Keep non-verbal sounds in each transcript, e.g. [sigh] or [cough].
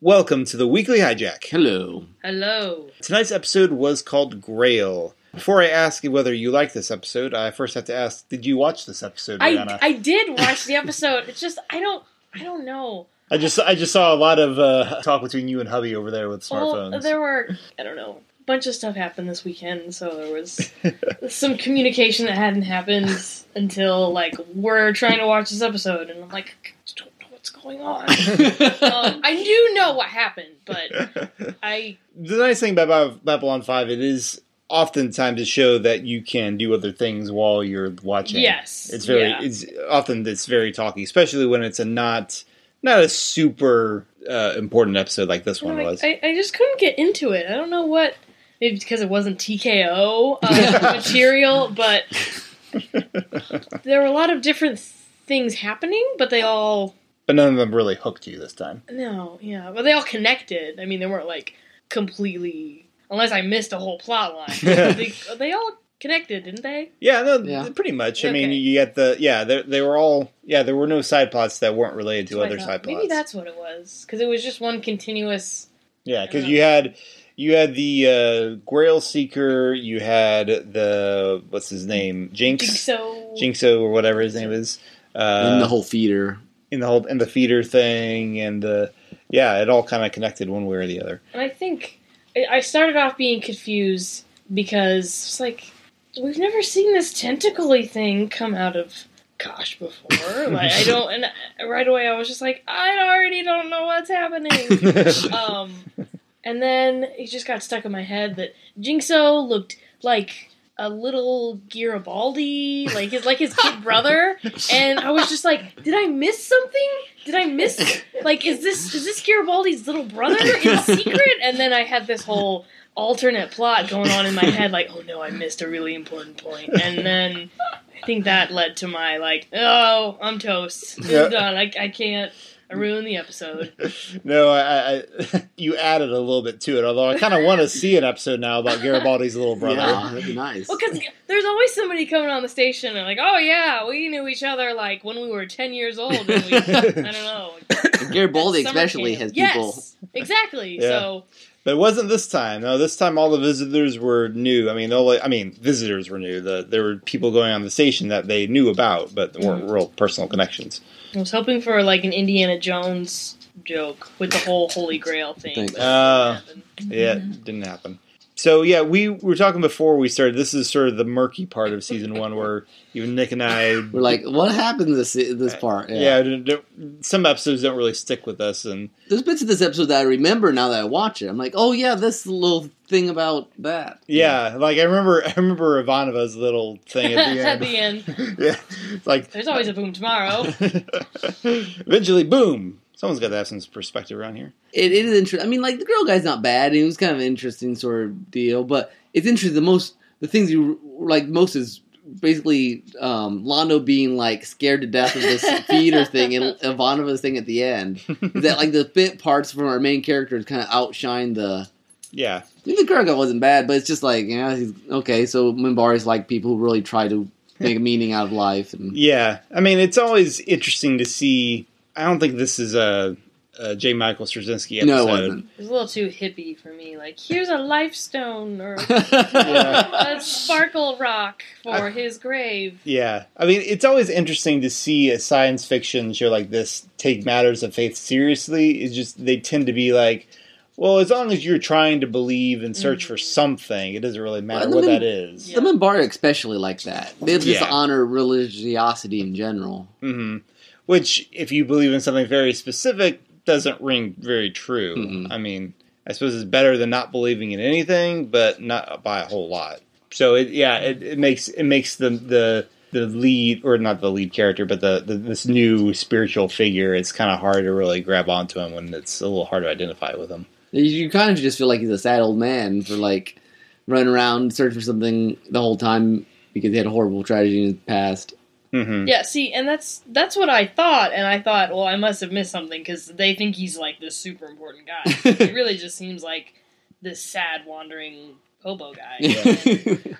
Welcome to the Weekly Hijack. [laughs] Hello. Hello. Tonight's episode was called Grail. Before I ask you whether you like this episode, I first have to ask, did you watch this episode, I, Rihanna? I did watch the episode. It's just I don't I don't know. I just I just saw a lot of uh, talk between you and hubby over there with Well, smartphones. there were I don't know. A bunch of stuff happened this weekend, so [laughs] there was some communication that hadn't happened until like we're trying to watch this episode, and I'm like, I don't know what's [laughs] going on. um, I do know what happened, but I [laughs] the nice thing about Bab- Babylon 5, it is oftentimes a show that you can do other things while you're watching. yes, It's very yeah. it's often it's very talky, especially when it's a not not a super uh, important episode like this one I'm like, was. I, I just couldn't get into it. I don't know what. Maybe because it wasn't TKO [laughs] uh, material, but there were a lot of different things happening, but they all but none of them really hooked you this time. no, yeah, but they all connected. I mean, they weren't like completely unless I missed a whole plot [laughs] line. they, they all connected, didn't they? Yeah, no, Yeah. th- pretty much. I Okay. mean, you get the yeah, they they were all yeah, there were no side plots that weren't related to So I other thought, side plots. Maybe that's what it was because it was just one continuous. yeah, because Yeah. you had you had the uh, Grail Seeker, you had the what's his name, Jinx, So Jinxo or whatever his name is, uh, and the whole feeder. in the whole and the feeder thing and uh, yeah, it all kind of connected one way or the [laughs] other. And I think I- I started off being confused because it's like we've never seen this tentacly thing come out of Kosh before. like I don't, and I- right away I was just like, I already don't know what's happening. [laughs] um, and then it just got stuck in my head that Jinxo looked like a little Garibaldi, like his like his kid brother, and I was just like, did I miss something? Did I miss like is this is this Garibaldi's little brother in secret? And then I had this whole alternate plot going on in my head, like, oh no, I missed a really important point, and then. I think that led to my like, oh, I'm toast. This Yeah. is done. I, I can't. I ruined the episode. No, I, I [laughs] you added a little bit to it. Although I kind of want to see an episode now about Garibaldi's little brother. [laughs] Yeah, that'd be nice. Well, because there's always somebody coming on the station and like, oh yeah, we knew each other like when we were ten years old. And [laughs] we, I don't know. Garibaldi summer especially camp. has yes, people. exactly. Yeah. So But it wasn't this time. No, this time all the visitors were new. I mean, the only, I mean, visitors were new. The, there were people going on the station that they knew about, but weren't real personal connections. I was hoping for like an Indiana Jones joke with the whole Holy Grail thing. Thanks. but that Uh, didn't happen. Yeah, it didn't happen. So yeah, we were talking before we started. This is sort of the murky part of season one, where even Nick and I We're like, what happened this this part? Uh, yeah, don't- don't- some episodes don't really stick with us, and There's bits of this episode that I remember now that I watch it. I'm like, oh yeah, this little thing about that. yeah, like I remember, [laughs] I remember Ivanova's little thing at the [laughs] At end. the [laughs] end, yeah, it's like there's always a [laughs] boom tomorrow. [laughs] Eventually, boom! Someone's got to have some perspective around here. It, it is interesting. I mean, like the girl guy's not bad. It was kind of an interesting sort of deal, but it's interesting. The most the things you like most is basically um, Londo being like scared to death of [laughs] this theater thing and Ivanova's thing at the end. Is that like the bit parts from our main characters kind of outshine the. [laughs] Yeah, I mean, the girl guy wasn't bad, but it's just like yeah, he's okay. So Mimbari's like people who really try to make a meaning out of life [laughs] and yeah. I mean, it's always interesting to see. I don't think this is a, a J. Michael Straczynski episode. no, it wasn't. It was a little too hippie for me. Like, here's a life stone or [laughs] [laughs] Yeah. a sparkle rock for his grave. Yeah, I mean, it's always interesting to see a science fiction show like this take matters of faith seriously. It's just they tend to be like, well, as long as you're trying to believe and search Mm-hmm. for something, it doesn't really matter Well, what I mean- that is. Yeah. The Mimbari especially like that. They just Yeah. honor religiosity in general. hmm Which, if you believe in something very specific, doesn't ring very true. Mhm. I mean, I suppose it's better than not believing in anything, but not by a whole lot. So, it, yeah, it, it makes it makes the the the lead or not the lead character, but the, the this new spiritual figure. It's kind of hard to really grab onto him when it's a little hard to identify with him. You- You kind of just feel like he's a sad old man for like running around searching for something the whole time because he had a horrible tragedy in his past. hmm Yeah, see, and that's that's what I thought, and I thought, well, I must have missed something because they think he's like this super important guy. he really just seems like this sad wandering hobo guy.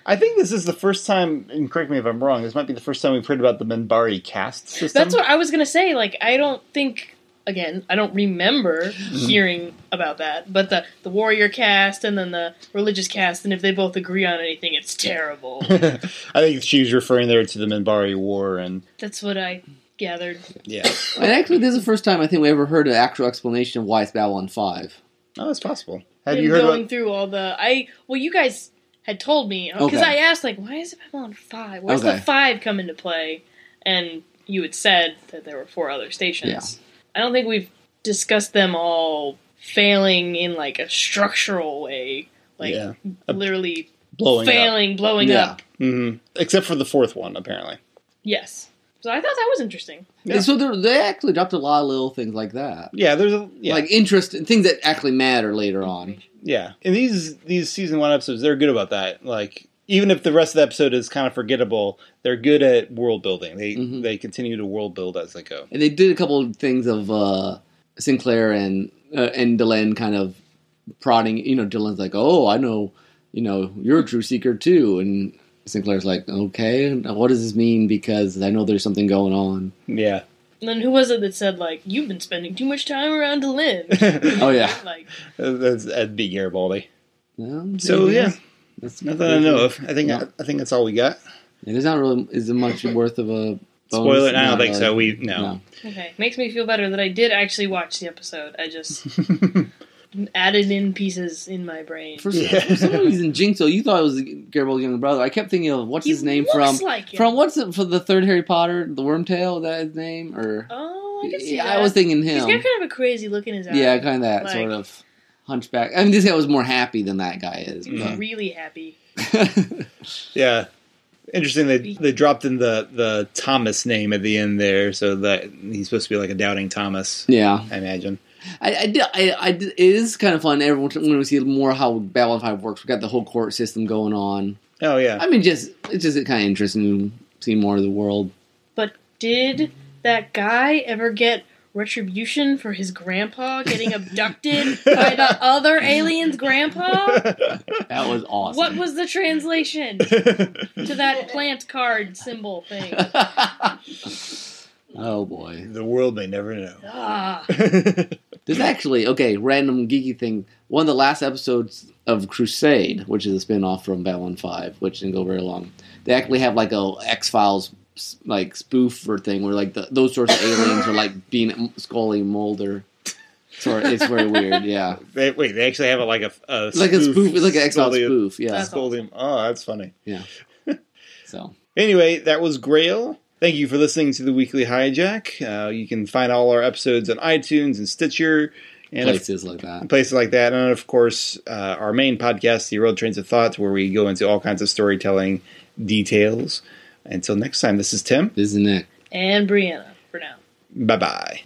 I think this is the first time. And correct me if I'm wrong. This might be the first time we've heard about the Minbari caste system. That's what I was gonna say. Like, I don't think again, I don't remember hearing about that. But the the warrior cast and then the religious cast, and if they both agree on anything, it's terrible. [laughs] I think she was referring there to the Minbari War, and That's what I gathered. yeah, [laughs] [coughs] And actually, this is the first time I think we ever heard an actual explanation of why it's Babylon 5. oh, it's possible. Have Been you heard going about? through all the I? Well, you guys had told me because Okay. I asked like, why is it Babylon Five? Where's Okay. the five come into play? And you had said that there were four other stations. I don't think we've discussed them all failing in like a structural way, like yeah, literally blowing up. failing, blowing Yeah. up. hmm Except for the fourth one, apparently. Yes. So I thought that was interesting. Yeah. And so there- they actually dropped a lot of little things like that. Yeah, there's a yeah, Like interest and things that actually matter later on. yeah. And these these season one episodes, they're good about that. Like even if the rest of the episode is kind of forgettable, they're good at world building. They Mhm. they continue to world build as they go. And they did a couple of things of uh, Sinclair and uh, and Delenn kind of prodding. You know, Delenn's like, "Oh, I know. You know, you're a true seeker too." And Sinclair's like, "Okay, now what does this mean? Because I know there's something going on." Yeah, And then who was it that said like, you've been spending too much time around to [laughs] live? that's, Oh yeah. Like that'd be Garibaldi. Well, So maybe yeah, that's, that's- nothing I know of. I think No. I, I think that's all we got. Yeah, there's not really is it much worth of a bonus? Spoiler? I don't Not think so. really. We no. okay, makes me feel better that I did actually watch the episode. I just [laughs] added in pieces in my brain. For, Yeah. for some reason, Jinxo, you thought it was Garibaldi's younger brother. I kept thinking of what's He his name looks from like it. from what's it for the third Harry Potter, the Wormtail? Is that his name or? Oh, I can see yeah, that. I was thinking He's him. got kind of a crazy look in his eye. Yeah, kind of that Like- sort of hunchback. I mean, this guy was more happy than that guy is. He's Mhm. really happy. but- Yeah. Interesting. They they dropped in the the Thomas name at the end there, so that he's supposed to be like a doubting Thomas. [laughs] yeah, I imagine. I, I, did- I, I did- it is kind of fun. Everyone when we see more how Babylon Five works, we got the whole court system going on. Oh yeah. I mean, just it's just kind of interesting to see more of the world. But did that guy ever get retribution for his [laughs] grandpa getting abducted by the other alien's grandpa? That was awesome. What was the translation to that plant card symbol [laughs] thing? oh boy! [laughs] the world may never know. [laughs] Ah, There's actually okay, random geeky thing. One of the last episodes of Crusade, which is a spin-off from Babylon Five, which didn't go very long. They actually have like a X Files like spoof or thing where like the, those sorts of aliens are like being Scully Mulder. Sort it's very weird. Yeah, They- wait, they actually have it like a, a it's like a spoof. It's like an X Files Scully- spoof. Yeah. That's- Scully- Oh, that's funny. So Anyway, that was Grail. Thank you for listening to the weekly hijack. Uh, you can find all our episodes on iTunes and Stitcher, and of places like that. places like that. And of course, uh, our main podcast, The Road Trains of Thoughts, where we go into all kinds of storytelling details. Until next time, this is Tim. This is Nick. and Brianna for now. Bye bye.